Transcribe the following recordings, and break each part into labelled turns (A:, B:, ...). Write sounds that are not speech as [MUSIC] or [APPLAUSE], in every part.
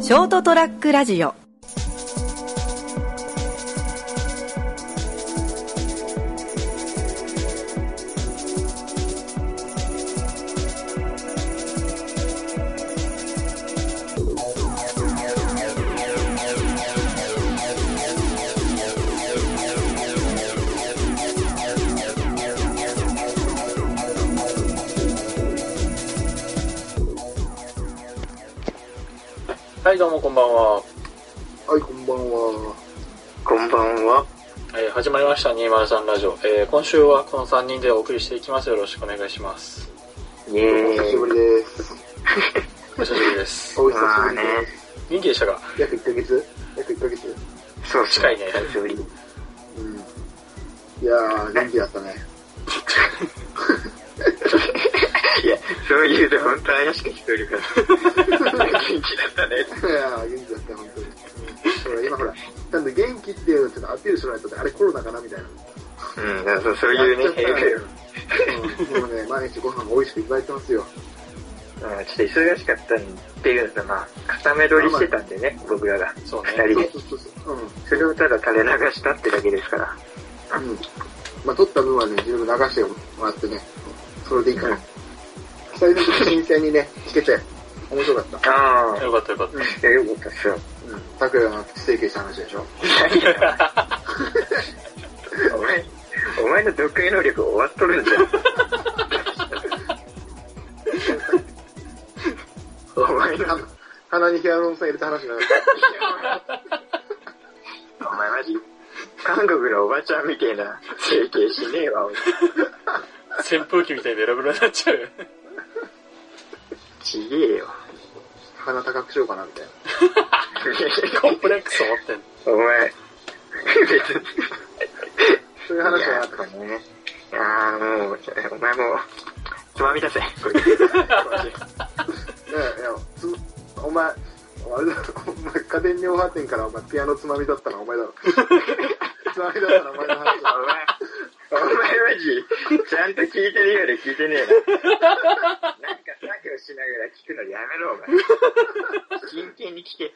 A: ショートトラックラジオ
B: はい、どうもこんばんは。
C: はい、こんばんは。
D: こんばんは。
B: えー始まりました203ラジオ、えー今週はこの3人でお送りしていきます。よろしくお願いします。
D: イェ
C: お久しぶ
D: ーイ。
C: りです。
B: お久しぶりです。
C: お久
D: ま
C: し
D: あ
C: ぶり
D: ね
C: で、
B: 元気でしたか
C: す。約1ヶ月約1ヶ月。
D: そう
B: 近いね
D: 久しぶ [LAUGHS] り。
C: うん。いやー、元気だった
D: [LAUGHS]
C: ね。
D: いや、そういうで本当怪しく聞こえるから。元気だったね。
C: いやー、元気だった、本当に。ほら、今ほら、ちゃんと元気っていうのをちょっとアピールしないとね、あれコロナかなみたいな。
D: うん、だからそうそういうね、
C: やっち
D: 平
C: ゃったうん、でもね、毎日ご飯美味しくいただいてますよ。
D: 平うん、ちょっと忙しかったっていうのと、まあ、片目取りしてたんでね、僕らが。
B: そう
D: 二
B: ね。
C: そう
D: 人で。
C: そうそうそう。うん。
D: それをただ垂れ流したってだけですから。
C: うん。まあ、取った分はね、自分で流してもらってね、それでいいから。二人の時新鮮にね、聞けて、面白かった。
D: ああ、
B: よかったよかっ
D: いや、よかったっすよ。
C: うん。拓也の不整形した話でしょ。
D: お前、お前の読意能力終わっとるんじゃん。お前の、
C: 鼻にヒアルロン酸入れた話がなかっ
D: お前マジ、韓国のおばちゃんみてえな整形しねえわ、お前
B: た。扇風機みたいにベロベロになっちゃう。
D: ちげえよ。
C: た。鼻高くしようかな、みたいな。
B: コンプレックスを持ってんの。
D: お前、別に。
C: そういう話がなかった。
D: かね。あーもう、お前もう、つまみ出せ。これ
C: いやいや、つお前、あれだろ、お前家電量販店からお前ピアノつまみだったのはお前だろ。つまみだったのはお前の話だろ。
D: お前、お前マジ、ちゃんと聞いてるようで聞いてねえな。なんか作業しながら聞くのやめろ、お前。真剣に聞け。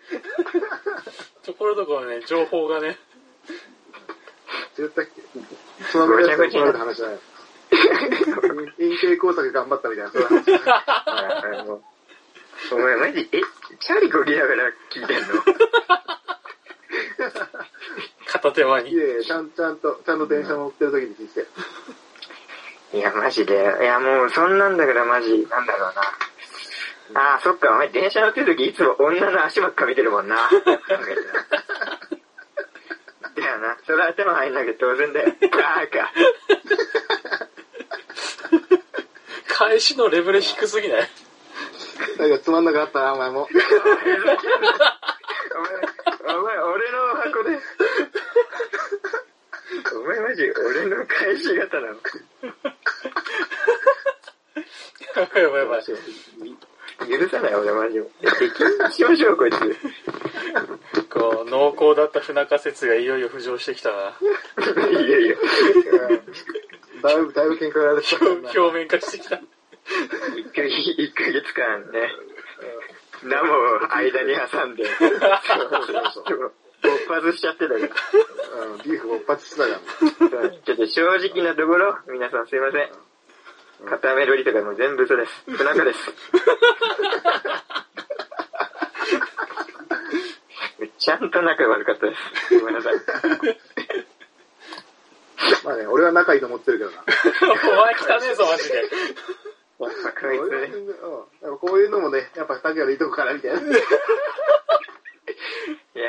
B: ところどころね、情報がね、
C: 言ったっけつまみだったのはお前の話だよ。陰形工作頑張ったみたいな、そういう話。
D: あーもうお前マジ、え、チャリこぎながら聞いてんの
B: 片手間
C: い
B: に。
C: やいや、ちゃんちゃんと、ちゃんと電車乗ってる時に聞いて。
D: いや、マジで。いや、もう、そんなんだからマジ、なんだろうな。ああ、そっか、お前電車乗ってる時いつも女の足ばっか見てるもんな。だよな。それ頭入んなきゃ当然だよ。バーカ。
B: 返しのレベル低すぎない
C: なんかつまんなくなったな、お前も。
D: お前、お前、俺の箱で。お前マジ、俺の返し方なの。
B: やばいやばいやばい。
D: 許さない、俺マジ。出禁にしましょう、こいつ。
B: こう、濃厚だった不仲説がいよいよ浮上してきたな。
D: いやいや。
C: だいぶ、だいぶ喧嘩やられてた。
B: 表表面化してきた。
D: 一ヶ月一ヶ月間ね、ナモを間に挟んで、勃発しちゃってたか
C: うん、ビーフ勃発してたじゃん。
D: ら。ちょっと正直なところ、皆さんすいません。片目取りとかも全部嘘です。不仲です。ちゃんと仲悪かったです。ごめんなさい。
C: まあね、俺は仲いいと思ってるけどな。
B: お前汚ねえぞ、マジで。
D: やっぱこい
C: 俺は
D: つね
C: 全然うんやっぱこういうのもね、やっぱ竹谷のいいとこからみたいな。
D: いや、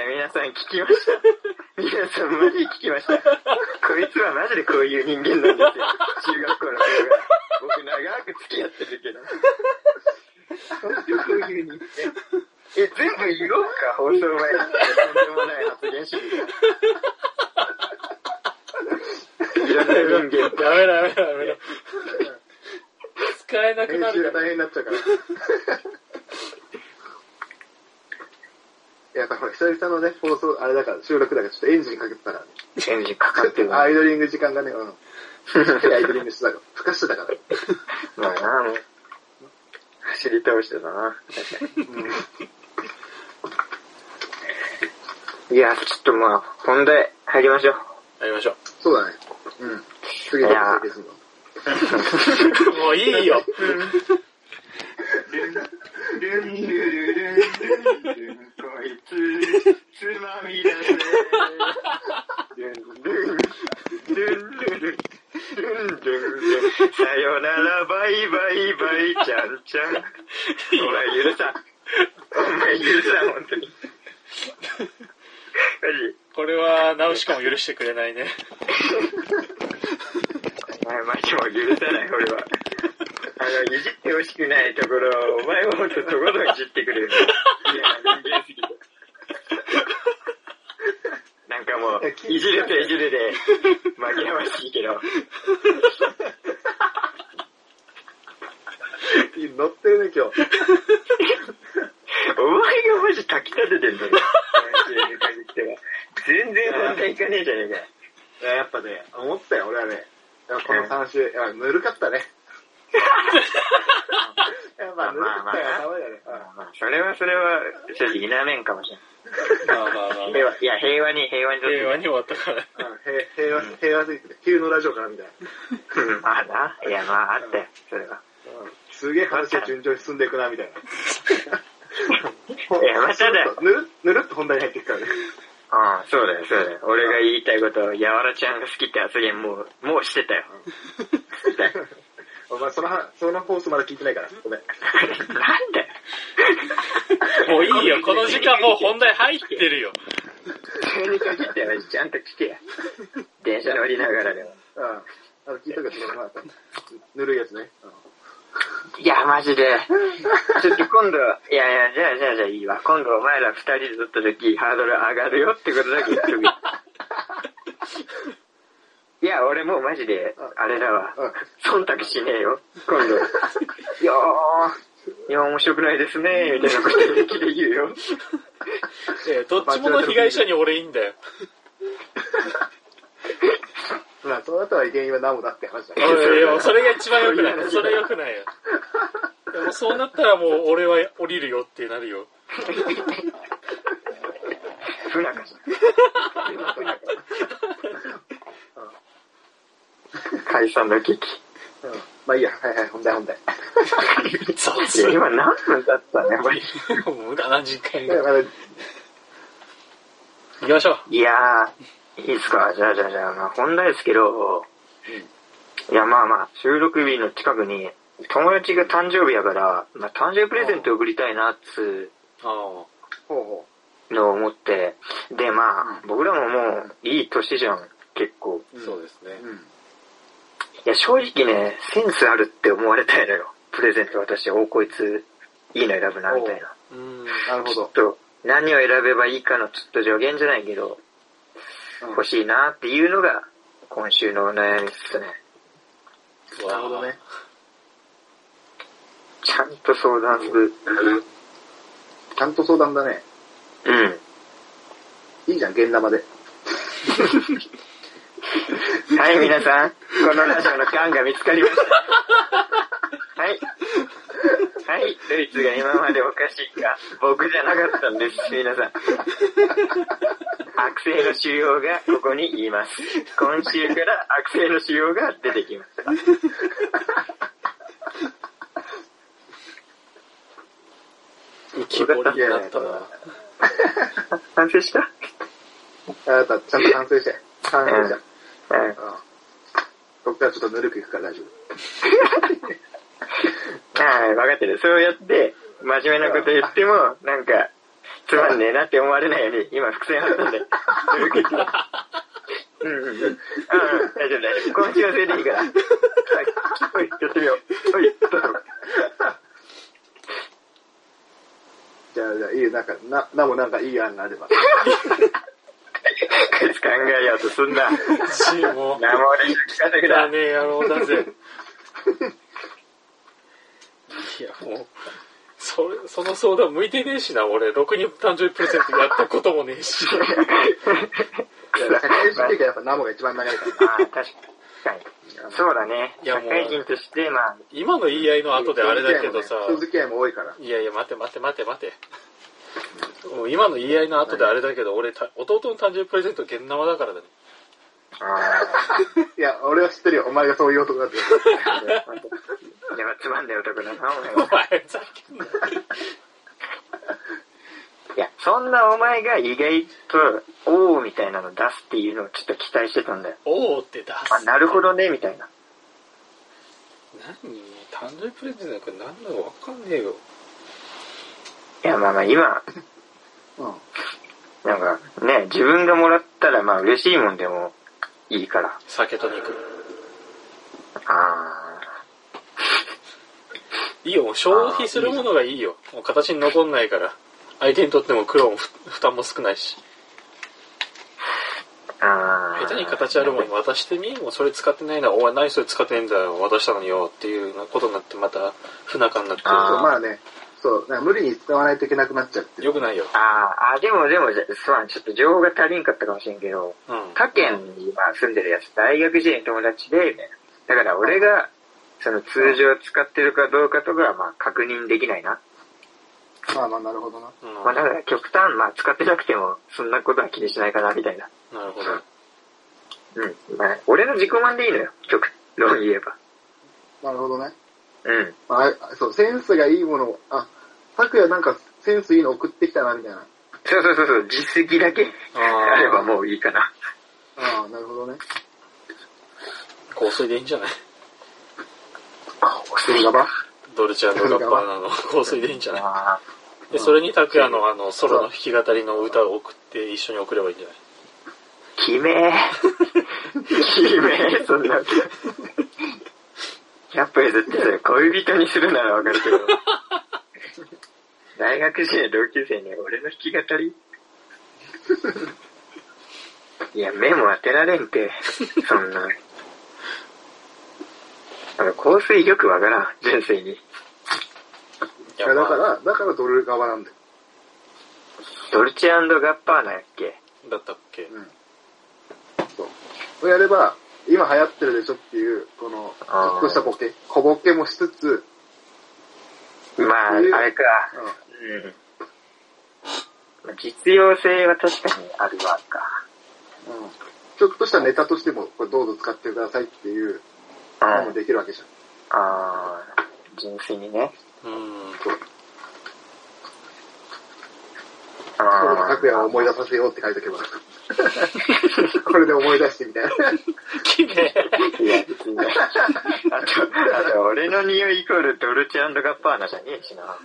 D: 皆さん聞きました。皆さんマジで聞きました。こいつはマジでこういう人間なんですよ。中学校の頃から。僕長く付き合ってるけど。本当こういう人間。え、全部言おうか、放送前に。とんでもない発言主
B: やめろや
D: 義が。いろんな人間と。
B: めろやめろ。使えなく
C: 編
B: な
C: 集
B: る
C: が
B: から。
C: 大変になっちゃうから。いや、だからほら久々のね、放送、あれだから、収録だから、ちょっとエンジンかけてたからね。
D: チェンジかかってる
C: ア
D: な。
C: イドリング時間がね、うん。アイドリングしてたから、ふかしてたから。
D: まあな、もう。走り倒してたな。確かに。いや、ちょっとまあ、本題入りましょう。
B: やりましょ
C: そうだね。うん。次のことですの。
B: う。もういいよ。
D: [LAUGHS] ルンルルルンルンルンこいつつまみだぜルンルンルンルルンルンルンルンさよならバイバイバイちゃんちゃんお前許さんお前許さん本当にマ
B: これは、ナウシカも許してくれないね。
D: ジお前マジもう許さない俺はあのいじってほしくないところをお前もほんととことんいじってくれるいや人間すぎてなんかもういじるといじるで紛らわしいけど
C: 乗ってるね、今日。
D: お前がマジ炊き立ててんだよ。全然本題いかねえじゃねえかよ。
C: いや、やっぱね、思ったよ、俺はね。いやこの3週、いや、ぬるかった [LAUGHS] ね。やっぱ、ぬるかったよ、ダメだね。うん
D: まあそれはそれは正直否めんかもしれ
B: まあまあまあ
D: ない。平和、いや、平和に、平和にとって。
B: 平和に終わったから。
C: うん平平和、平和すぎて、昼のラジオからみたいな。
D: うんまあな。いや、まああったよ、それは。
C: うんすげえ話が順調に進んでいくな、 [LAUGHS] みたいな。
D: いや、まあただ、うん、
C: ぬる、ぬるっと本題に入っていくからね。 [LAUGHS]
D: そうだよ、そうだよ。俺が言いたいこと、やわらちゃんが好きって発言もう、もうして
B: [LAUGHS]
D: たよ。
C: お前、その話、その放送まだ聞いてないから、ごめん。
D: なんだよ。 [LAUGHS]
B: もういいよ。この時間もう本題入ってるよ。
D: それに限ってはちゃんと聞けや。電車乗りながらでも。
C: うん。あの、聞いたけど、そのまあぬるいやつね。うん
D: いや、マジで。ちょっと今度、いやいや、じゃあじゃあじゃあいいわ。今度お前ら二人で撮った時、ハードル上がるよってことだけ言っとく。いや、俺もうマジで、あれだわ。忖度しねえよ。今度。いやー、いや、面白くないですね、みたいなこと平気で言うよ。
B: えーどっちもの被害者に俺いいんだよ。
C: まあ、その後は原因は何もだって話だ
B: い
C: ね。
B: やいや、それが一番良くない。それ良くないよ。でもそうなったらもう俺は降りるよってなるよ。
D: 不仲じゃん。解散の劇。
C: うん。まあいいや、はいはい、本題本題。
B: 雑
D: いや、今何分経ったね、これ。
B: もう無駄な時間
C: い [LAUGHS] やまだ
B: 行きましょう。
D: いやー、いいっすか。じゃあじゃあじゃあ、まあ、本題ですけど、いや、まあまあ、収録日の近くに、友達が誕生日やから、まあ、誕生日プレゼントを送りたいな、っつ
B: あ
C: ほうほ
D: うのを思って、で、まあ、僕らももう、いい年じゃん、結構。
B: あ、そうですね
C: う。。うん。
D: いや、正直ね、センスあるって思われたいのよ。プレゼント渡して、おこいつ、いいの選ぶな、みたいな。
B: うん。
C: なるほ
D: ちょっ
C: ど。
D: と、何を選べばいいかの、ちょっと助言じゃないけど、
C: うん
D: 欲しいなっていうのが、今週のお悩みっすね。
C: なるほどね。
D: ちゃんと相談する。
C: ちゃんと相談だね。
D: うん。
C: いいじゃん、現玉で。
D: はい、皆さん、このラジオの缶が見つかりま [LAUGHS] した。はい。はい、ドイツが今までおかしいか、僕じゃなかったんです、皆さん。悪性の腫瘍がここに言います。今週から悪性の腫瘍が出てきました。
B: 浮き彫りになったな。
D: 反省した
C: あなた、ちゃんと反省して。反省して。うん。
D: うん。
C: 僕はちょっとぬるくいくから大丈
D: はい、分かってる。そうやって、真面目なこと言っても、なんか、つまんねえなって思われないように、今、伏線張ったんで。うんうんうん。うん、大丈夫大丈夫。今週はそれでいいから。はい、おい、やってみよう。おい、どうぞ。
C: 夫。じゃあ、じゃあ、いいよ、なんか、な、なもなんかいい案があれば。
D: こいつ考えようとすんな。
B: しもう、
D: 何も俺に聞かせてく
B: だ
D: だ。
B: ねえ野郎だぜ。いや、もう、それ、その相談向いてねえしな、俺。ろくに誕生日プレゼントやったこともねえし。
C: いや社会人的にはやっぱナモが一番長いから。
D: ああ、確かに。そうだね。
B: いや
D: 社
B: もう
D: 会人として、まあ、
B: 今の言い合いの後であれだけどさ、
C: 人付き合いも多いから。
B: いやいや、待て待て待て待て。うん今の言い合いの後であれだけど、俺た、弟の誕生日プレゼント、現生だからだね。
D: あ
C: いや、俺は知ってるよ。お前がそういう男だって。
D: あ。でもつまんない男だな、お前
B: お
D: は。
B: 前、ふざけんな。
D: いや、そんなお前が意外と、おーみたいなの出すっていうのをちょっと期待してたんだよ。
B: おーって出
D: あ、
B: す。
D: なるほどね、みたいな。
B: 何誕生日プレゼントなんか何なのわかんねえよ。
D: いや、まあまあ今、
C: うん。
D: なんかね、自分がもらったらまあ嬉しいもんでもいいから。
B: 酒と肉。
D: あ
B: いいよ、もう消費するものがいいよ。もう形に残んないから。相手にとっても苦労もふ負担も少ないし。
D: ー。あー。
B: 下手に形あるものに渡してみ、もうそれ使ってないな、お前何それ使ってねえんだよ、渡したのによ、っていうようなことになってまた不仲になって
D: あー
C: まあね、そう、なんか無理に使わないといけなくなっちゃってる。
B: よくないよ。
D: あーあー、でもでも、じゃすまん、ちょっと情報が足りんかったかもしれんけど、
B: うん。
D: 他県に今住んでるやつ、大学時代の友達で、だから俺が、その通常使ってるかどうかとかはまあ確認できないな。
C: まあまあ、なるほどな。
B: うん
D: まあだから極端、まあ使ってなくても、そんなことは気にしないかな、みたいな。
B: なるほど。
D: うん。まあ、俺の自己満でいいのよ、極論言えば。
C: なるほどね。
D: うん。
C: まあ、あそう、センスがいいものを、あ、拓也なんかセンスいいの送ってきたな、みたいな。
D: そうそうそうそう、実績だけあれば
B: ああ、
D: もういいかな。
C: ああ、なるほどね。
B: 香水でいいんじ
D: [LAUGHS]
B: ゃない
D: あ、お
C: それがば
B: ドルチェガッパーナの香水でいいんじゃない
D: あ
B: で、それに拓也のあの、ソロの弾き語りの歌を送って一緒に送ればいいんじゃない
D: ー、きめえ。きめえ、そんな。やっぱり絶対それ恋人にするならわかるけど。大学時代同級生に俺の弾き語りいや、目も当てられんて、そんな。あの、香水よくわからん、純粋に。
B: い
C: いや、だか
B: まあ
C: ら、だからドル側なんだよ。
D: ドルチェガッパーナやっけ
B: だったっけ
C: うん。そう。そうやれば、今流行ってるでしょっていう、この、ち
D: あー
C: ょっとしたボケ、小ボケもしつつ、
D: まあ、あ
C: えー
D: れか。
C: う
D: うん。実用性は確かにあるわか。
C: ん。うん。ちょっとしたネタとしても、これどうぞ使ってくださいっていうのも
D: うん。
C: できるわけじゃん。
D: あー純粋にね。
B: うん。
D: あ
C: それも
D: あ
C: 拓也を思い出させようって書いとけば。
D: [LAUGHS]
C: これで思い出してみたいな。
B: きれい。
D: いや、別にね。 [LAUGHS] あと、あと、俺の匂いイコールドルチェガッパーナじゃねえしな。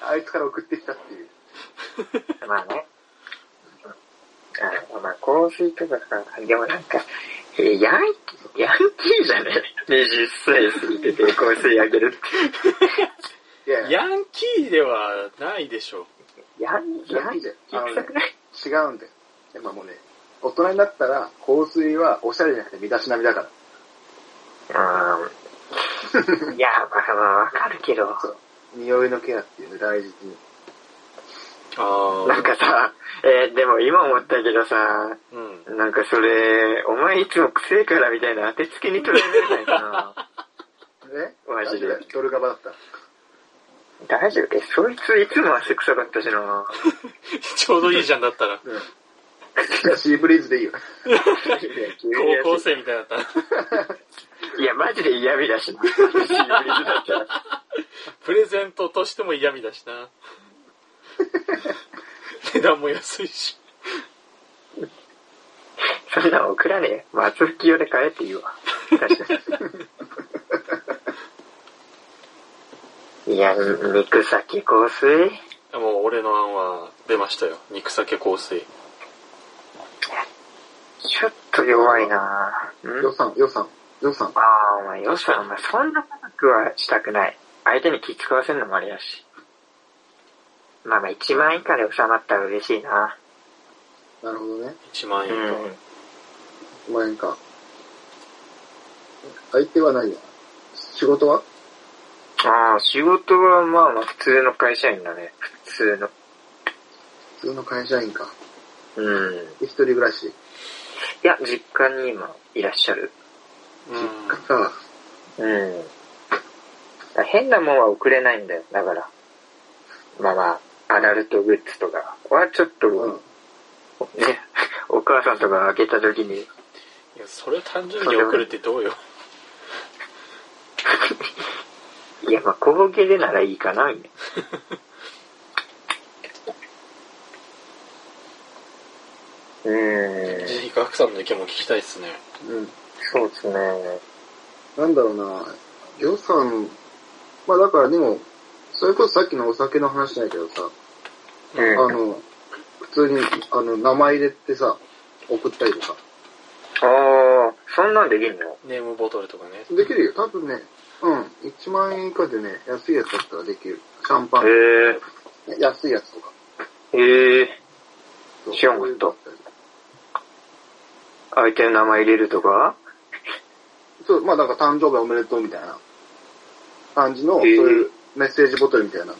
C: あいつから送ってきたっていう。
D: まあね。あまあ、香水とかか。でもなんか、えーヤンキー、ヤンキーじゃねえ。20歳過ぎてて香水あげるって。
C: いやいや、
B: ヤンキーではないでしょう。
D: ヤン、ヤンキー臭くない
C: 違うんだよ。やっぱもうね、大人になったら、香水はおしゃれじゃなくて身だしなみだから。
D: あーいや、まあまあ、わかるけど、
C: そう。匂いのケアっていうの大事に。
B: あ
D: なんかさ、えーでも今思ったけどさ、
B: あ、うん。
D: なんかそれ、お前いつも臭いからみたいな当てつけに取られないかな。
C: ね
D: マジで
C: なんドルガバだったら。
D: 大丈夫え、そいついつも汗臭かったしな。
B: ちょうどいいじゃんだったら。
C: うん。いやシーブリーズでいいよ。
B: 高校生みたいだった [LAUGHS] ら。
D: いや、マジで嫌味だしな。
B: プレゼントとしても嫌味だし [LAUGHS] な。値段も安いし。
D: そんなの送らねえ。松吹き用で買えって言うわ。確かに。いや、肉先香水
B: もう俺の案は出ましたよ。肉酒香水。
D: ちょっと弱いなぁ。ん
C: 予算、予算、予算。
D: ああ、お前、よさ、お前、そんな高くはしたくない。相手に気使わせるのもあれやし。まあまあ、1万以下で収まったら嬉しいな。
C: なるほどね。
B: 1万
D: う
B: 円と。
D: ん。
C: 5万円か。相手はないや。仕事は
D: ああ、仕事はまあまあ、普通の会社員だね。普通の。
C: 普通の会社員か。
D: うん。い
C: で一人暮らし。
D: や、実家に今いらっしゃる。
B: うん。
C: さ
D: うん。変なもんは送れないんだよ。だから。まあまあ、アダルトグッズとかはちょっと、
C: うん
D: ね、お母さんとか開けた時に、
B: いやそれを誕生日に送るってどうよ
D: いや、まあ、小ボケでならいいかな、みたい [LAUGHS] な。うーん、
B: ジーガクさんの意見も聞きたいですね
C: うん。
D: そうですね。
C: なんだろうな、予算、まあだからでも、それこそさっきのお酒の話じゃないけどさ、あ
D: うん。
C: の、普通に、あの、名前入れてさ、送ったりとか。
D: ああ、そんなんできんの
B: ネームボトルとかね
C: できるよ。多分ね、うん、1万円以下でね、安いやつだったらできる。シャンパン、
D: え
C: 安いやつとか。
D: えええ
C: そう
D: 知らんか
C: そう
D: った
C: いうのだたり
D: 相手の名前入れるとか
C: そう、まあだから誕生日おめでとうみたいな感じの、
D: へ
C: そう
D: ー
C: いうメッセージボトルみたいな。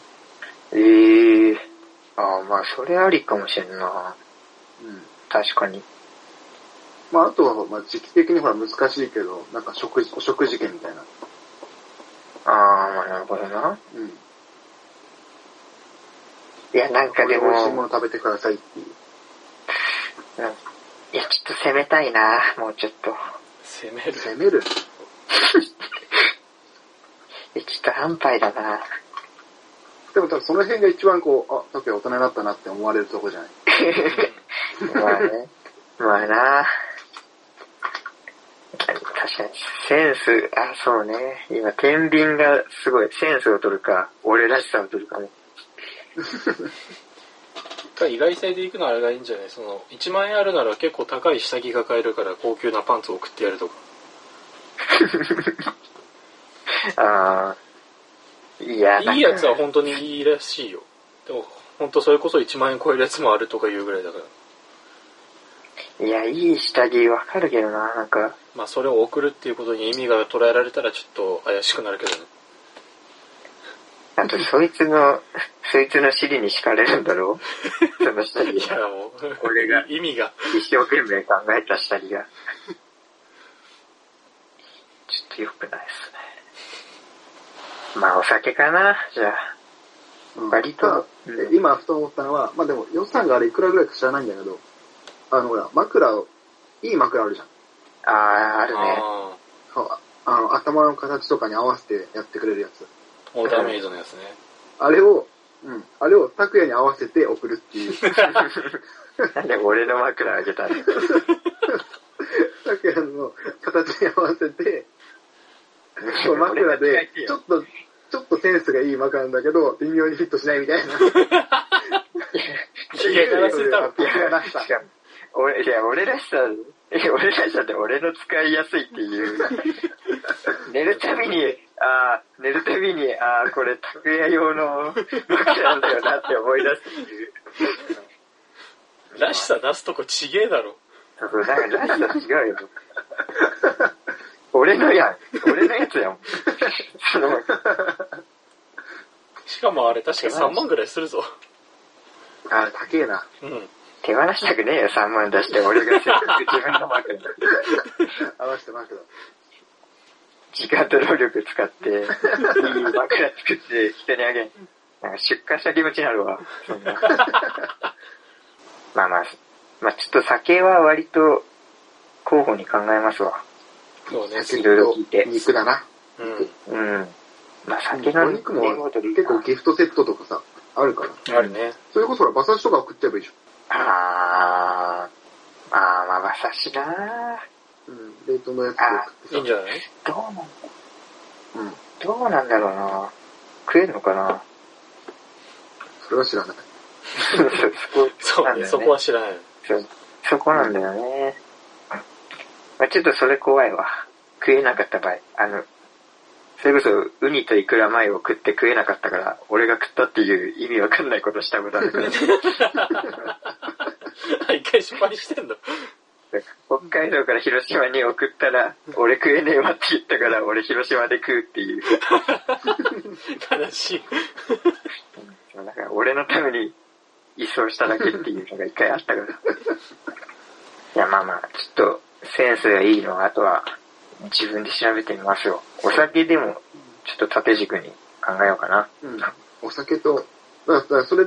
D: ええああ、まあ、それありかもしれんな。
C: うん。
D: 確かに。
C: まああとは、まあ時期的にほら難しいけど、なんか食事、お食事券みたいな。
D: ああ、まあ、なるほどな。
C: うん。
D: いや、なんかで
C: 美味しいも
D: も、
C: の食べてくださいっていう。
D: いや、ちょっと攻めたいな。もうちょっと。
B: 攻める
C: 攻める。
D: いや、ちょっと安牌だな。
C: でも多分その辺が一番こう、あ、タケ大人になったなって思われるとこじゃない。
D: まあね。まあな。確かに、センス、あ、そうね。今、天秤がすごい、センスを取るか、俺らしさを取るかね。
B: か意外性でいくのはあれがいいんじゃないその1万円あるなら結構高い下着が買えるから高級なパンツを送ってやるとか
D: ああ。いや、なんか
B: いいやつは本当にいいらしいよでも本当それこそ1万円超えるやつもあるとかいうぐらいだから
D: いや、いい下着わかるけどな、なんか。
B: まあそれを送るっていうことに意味が捉えられたらちょっと怪しくなるけどね
D: あと、そいつの、そいつの尻に敷かれるんだろ
B: [LAUGHS]
D: うその下着
B: い。やもう
D: これが
B: 意味が
D: 一生懸命考えた下着が。ちょっと良くないですね。まあ、お酒かな、じゃあ。
C: うん
D: 割と
C: ただ
D: うん
C: 今ふと思ったのは、まあでも予算があれいくらぐらいか知らないんだけど、あのほら、枕を、いい枕あるじゃん。
D: ああ、あるね。
B: ああ
C: そうあの、頭の形とかに合わせてやってくれるやつ。
B: オーダーメイドのやつね
C: あれを、うん、あれを拓也に合わせて送るっていう。
D: なんで俺の枕あげたの
C: 拓也の形に合わせて、こう枕で、ちょっと、ちょっとセンスがいい枕なんだけど、微妙にフィットしないみたいな。
B: ひげ鳴らせたの
C: ピアノが出した
D: しかも俺、いや、俺らしさ、いや俺らしさって俺の使いやすいっていう。寝るたびに、ああ、寝るたびに、ああ、これ、拓也用の枕なんだよなって思い出すっていう。
B: らしさ出すとこちげえだろ
D: そうなんか、らしさ違うよ。俺のやん。俺の
C: [LAUGHS]
D: やつやん。その、
B: しかもあれ確か3万ぐらいするぞ
C: あ、高えな。
B: うん
D: 手放したくねえよ、3万出して。俺がせっかく自分の枕。
C: 合わせて枕。
D: 時間と労力使って、いい枕作って人にあげん。なんか出荷した気持ちになるわ。
C: [LAUGHS]
D: そんなまあまあ、まあちょっと酒は割と候補に考えますわ。
B: そうね
D: いろいろ聞いて
C: 肉だな。
B: うん
D: うん。まあ酒
C: お
D: の
C: 肉も結構
D: 構
C: ギフトセットとかさ、あるから。
B: あるね
C: それこそほら、馬刺しとか送っちゃえばいいじ
D: あー、まあまあ馬刺しなー
C: ゃん。うん。冷凍のやつ
B: いいんじゃない
D: どうなん、
C: うん。
D: どうなんだろうな食えんのかな
C: それは知らない。
D: そこ、
B: そう
D: なんだよ
B: ねそこは知らない [LAUGHS] よ
D: そうそこなんだよね。まあ、ちょっとそれ怖いわ。食えなかった場合。あの、それこそ、ウニとイクラ米を食って食えなかったから、俺が食ったっていう意味わかんないことしたことあ
B: [LAUGHS]
D: るから。
B: 一回失敗してんの
D: 北海道から広島に送ったら、俺食えねえわって言ったから、俺広島で食うっていう。
B: 悲しい
D: だから俺のために移送しただけっていうのが一回あった [LAUGHS] から。いや、まあまあ、ちょっとセンスがいいのは、あとは自分で調べてみますよ。お酒でも、ちょっと縦軸に考えようかな。
C: うん。お酒と、だから、だからそれ、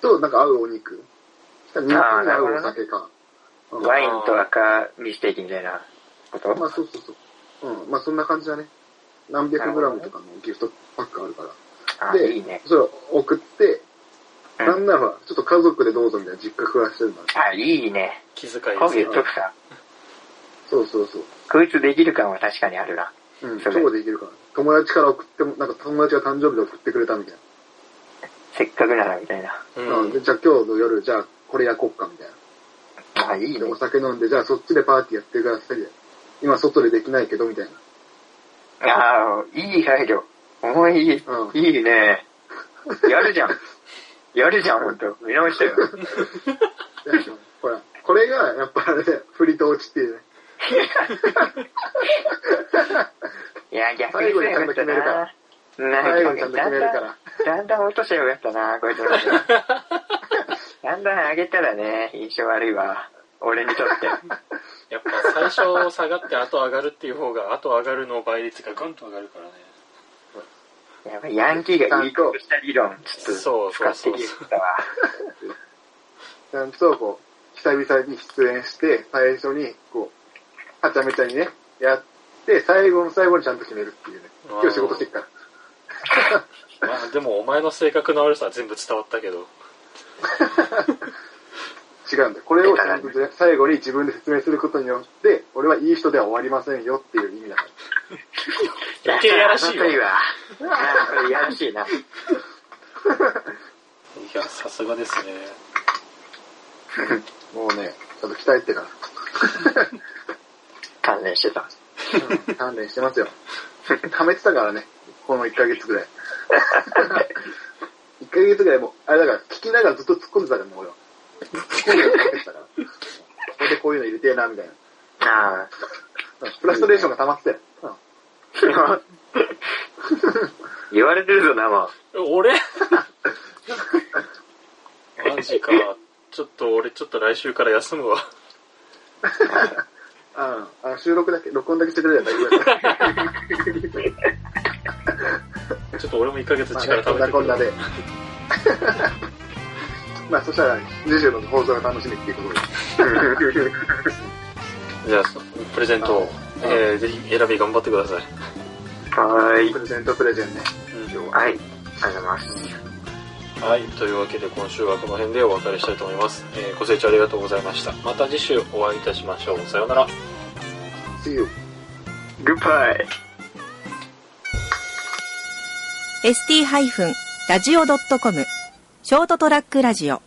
C: と、なんか合うお肉。日本に合うお酒か。うん
D: ワインと赤身ステーキみたいなこと
C: まあそうそうそう。うん。まあそんな感じだね。何百グラムとかのギフトパックあるか
D: あ
C: ら。で、
D: いいね。
C: それを送って、
D: うん
C: なんならほら、ちょっと家族でどうぞみたいな実家暮らしてるんだ。
D: あ、いいね。
B: 気遣い
D: こう
B: で
D: 言
B: す
D: っ
B: ね
D: とくか。
C: そうそうそう。
D: こいつできる感は確かにあるな。
C: うん、
D: そ
C: そ
D: れ
C: こでいけるから。友達から送っても、なんか友達が誕生日で送ってくれたみたい
D: せっかくならみたいな。
B: う
C: な。うんん。で、じゃあ今日の夜、じゃあこれ焼こっかみたいな。
D: あ、いい
C: で、
D: ね
C: お。酒飲んで、じゃあそっちでパーティーやってくださいよ。今外でできないけど、みたい [LAUGHS] な。
D: ああ、いい配慮。おいい、
C: う
D: いいね。やるじゃん。やるじゃん、ほんと。見直したよ。
C: でほら、これが、やっぱあれだよ、振りと落ちっていうね。
D: [LAUGHS] いや、逆に
C: 最後にちゃんと
D: った
C: 決めるから
D: な。なん
C: 最後にちゃんと
D: だ
C: 決
D: ん
C: める
D: だ
C: か
D: ん、
C: ら。
D: だんだん落とせばよかったな、こ [LAUGHS] いつのこと。だんだん上げたらね、印象悪いわ。俺にと [LAUGHS] って。
B: やっぱ最初下がって後上がるっていう方が後上がるの倍率がぐんと上がるからね
D: やばい、ヤンキーがいいことした理論、ちょっ
B: そ
D: と
B: う
D: 使
B: そう
D: って
B: そう
D: きたわ。
C: ちゃんと、こう、久々に出演して、最初に、こう、はちゃめちゃにね、やって、最後の最後にちゃんと決めるっていうね。今日仕事してっから。
B: まあでもお前の性格の悪さは全部伝わったけど
C: 違うんだよ。これをちゃんとぜ最後に自分で説明することによって、俺はいい人では終わりませんよっていう意味だから。
B: 余計やらしい
C: [LAUGHS]
B: わ
D: いわ。あーこれやらし [LAUGHS] いな。
B: いやさすがですね
C: もうね、ちゃんと鍛えてか
D: 関連してた。
C: ら、鍛錬してますよ。 [LAUGHS] 溜めてたからね、この1ヶ月ぐらい。1ヶ月ぐらいもう、あれだから、聞きながらずっと突っ込んでたからね、俺は。 [LAUGHS] 突っ込んでたから。ここでこういうの入れてえな、みたいな。
D: ああ。
C: うんフラストレーションが溜まってたよ。うん
D: 言われてるぞな、もう。
B: 俺 [LAUGHS] マジかちょっと俺ちょっと来週から休むわ
C: ああ収録だけ、録音だけしてくれれば大丈夫だから。
B: [LAUGHS] ちょっと俺も1ヶ月
C: まあ
B: 力
C: ね、こ
B: 食
C: ん
B: べ
C: な
B: て
C: こ
B: く
C: ん
B: る
C: なで。 [LAUGHS] まあ、そしたら、次週の放送が楽しみっていうことで。
B: [LAUGHS] じゃあプレゼントを、
C: あ
B: えーぜひ選び頑張ってください
D: はーい
C: プ。レゼントプレゼンね。今日は。
D: はい。ありがとうございます。
B: はい、というわけで今週はこの辺でお別れしたいと思います、えーご清聴ありがとうございましたまた次週お会いいたしましょうさようなら
C: See you.
D: グッバイ。
A: ST-radio.com ショートトラックラジオ